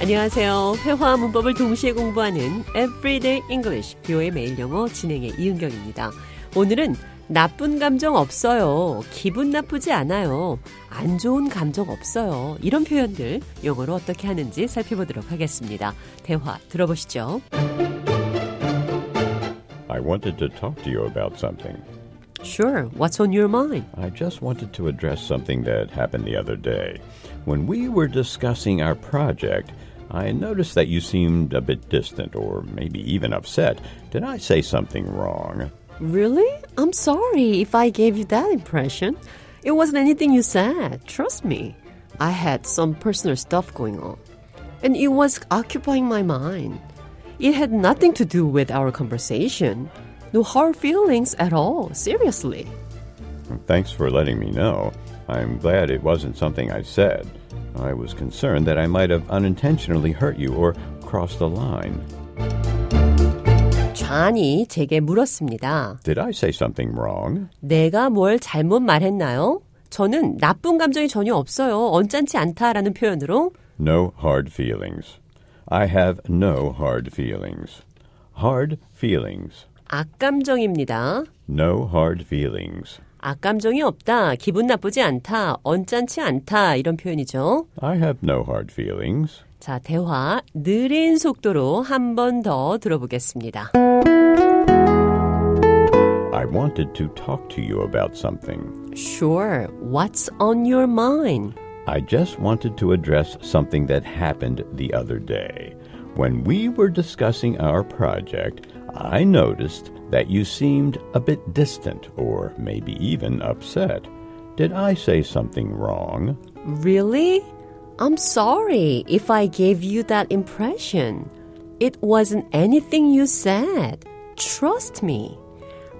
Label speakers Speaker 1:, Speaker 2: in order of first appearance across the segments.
Speaker 1: 안녕하세요. 회화와 문법을 동시에 공부하는 Everyday English, 비오의 매일 영어 진행의 이은경입니다. 오늘은 나쁜 감정 없어요. 기분 나쁘지 않아요. 안 좋은 감정 없어요. 이런 표현들 영어로 어떻게 하는지 살펴보도록 하겠습니다. 대화 들어보시죠.
Speaker 2: I wanted to talk to you about something.
Speaker 1: Sure, what's on your mind?
Speaker 2: I just wanted to address something that happened the other day. When we were discussing our project, I noticed that you seemed a bit distant or maybe even upset. Did I say something wrong?
Speaker 1: Really? I'm sorry if I gave you that impression. It wasn't anything you said. Trust me. I had some personal stuff going on. And it was occupying my mind. It had nothing to do with our conversation. No hard feelings at all. Seriously.
Speaker 2: Thanks for letting me know. I'm glad it wasn't something I said. I was concerned that I might have unintentionally hurt you or crossed the line.
Speaker 1: 좌니 제게 물었습니다.
Speaker 2: Did I say something wrong?
Speaker 1: 내가 뭘 잘못 말했나요? 저는 나쁜 감정이 전혀 없어요. 언짢지 않다라는 표현으로
Speaker 2: No hard feelings. I have no hard feelings. Hard feelings.
Speaker 1: 악감정입니다.
Speaker 2: No hard feelings.
Speaker 1: 악감정이 아, 없다, 기분 나쁘지 않다, 언짢지 않다 이런 표현이죠.
Speaker 2: I have no hard feelings.
Speaker 1: 자, 대화 느린 속도로 한 번 더 들어보겠습니다.
Speaker 2: I wanted to talk to you about something.
Speaker 1: Sure, what's on your mind?
Speaker 2: I just wanted to address something that happened the other day. When we were discussing our project, I noticed that you seemed a bit distant or maybe even upset. Did I say something wrong?
Speaker 1: Really? I'm sorry if I gave you that impression. It wasn't anything you said. Trust me.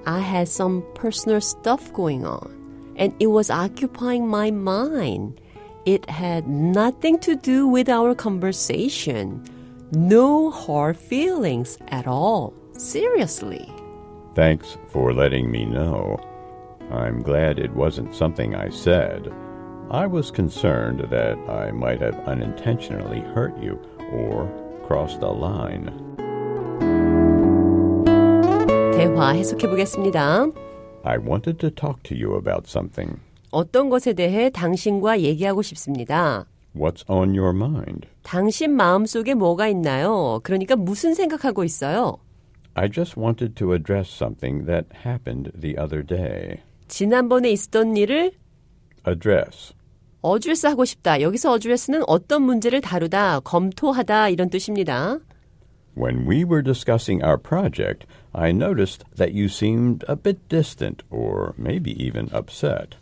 Speaker 1: I had some personal stuff going on, and it was occupying my mind. It had nothing to do with our conversation. No hard feelings at all. Seriously.
Speaker 2: Thanks for letting me know. I'm glad it wasn't something I said. I was concerned that I might have unintentionally hurt you or crossed a line.
Speaker 1: 대화 해석해 보겠습니다.
Speaker 2: I wanted to talk to you about something.
Speaker 1: 어떤 것에 대해 당신과 얘기하고 싶습니다.
Speaker 2: What's on your mind?
Speaker 1: 당신 마음속에 뭐가 있나요? 그러니까 무슨 생각하고 있어요?
Speaker 2: I just wanted to address something that happened the other day.
Speaker 1: 지난번에 있었던 일을
Speaker 2: Address.
Speaker 1: 어드레스 하고 싶다. 여기서 어드레스는 어떤 문제를 다루다, 검토하다 이런 뜻입니다.
Speaker 2: When we were discussing our project, I noticed that you seemed a bit distant or maybe even upset.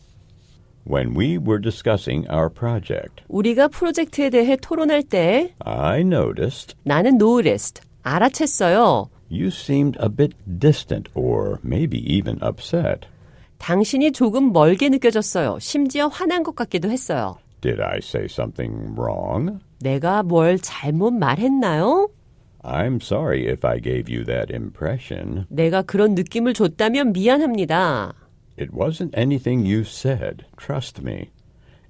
Speaker 2: When we were discussing our project,
Speaker 1: 우리가 프로젝트에 대해 토론할 때
Speaker 2: I noticed
Speaker 1: 나는 노레스트 알아챘어요.
Speaker 2: you seemed a bit distant or maybe even upset.
Speaker 1: 당신이 조금 멀게 느껴졌어요. 심지어 화난 것 같기도 했어요.
Speaker 2: Did I say something wrong?
Speaker 1: 내가 뭘 잘못 말했나요?
Speaker 2: I'm sorry if I gave you that impression.
Speaker 1: 내가 그런 느낌을 줬다면 미안합니다.
Speaker 2: It wasn't anything you said, trust me.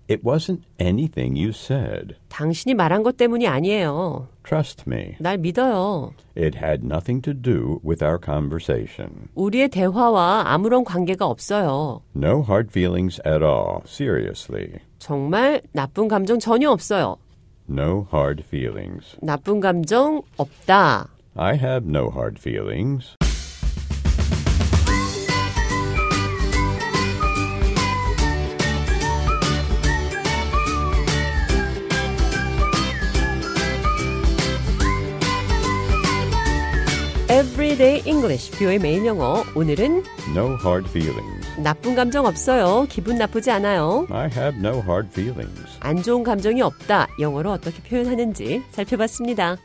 Speaker 2: It wasn't anything you said,
Speaker 1: 당신이 말한 것 때문이 아니에요.
Speaker 2: trust me.
Speaker 1: 날 믿어요.
Speaker 2: It had nothing to do with our conversation.
Speaker 1: 우리의 대화와 아무런 관계가 없어요.
Speaker 2: No hard feelings at all, seriously.
Speaker 1: 정말 나쁜 감정 전혀 없어요.
Speaker 2: No hard feelings.
Speaker 1: 나쁜 감정 없다.
Speaker 2: I have no hard feelings.
Speaker 1: Everyday English, 뷰의 매일 영어. 오늘은
Speaker 2: No hard feelings.
Speaker 1: 나쁜 감정 없어요. 기분 나쁘지 않아요.
Speaker 2: I have no hard feelings.
Speaker 1: 안 좋은 감정이 없다. 영어로 어떻게 표현하는지 살펴봤습니다.